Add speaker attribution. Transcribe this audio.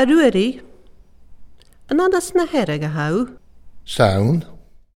Speaker 1: Ar wyri, yn adas na hereg a haw,
Speaker 2: Sawn,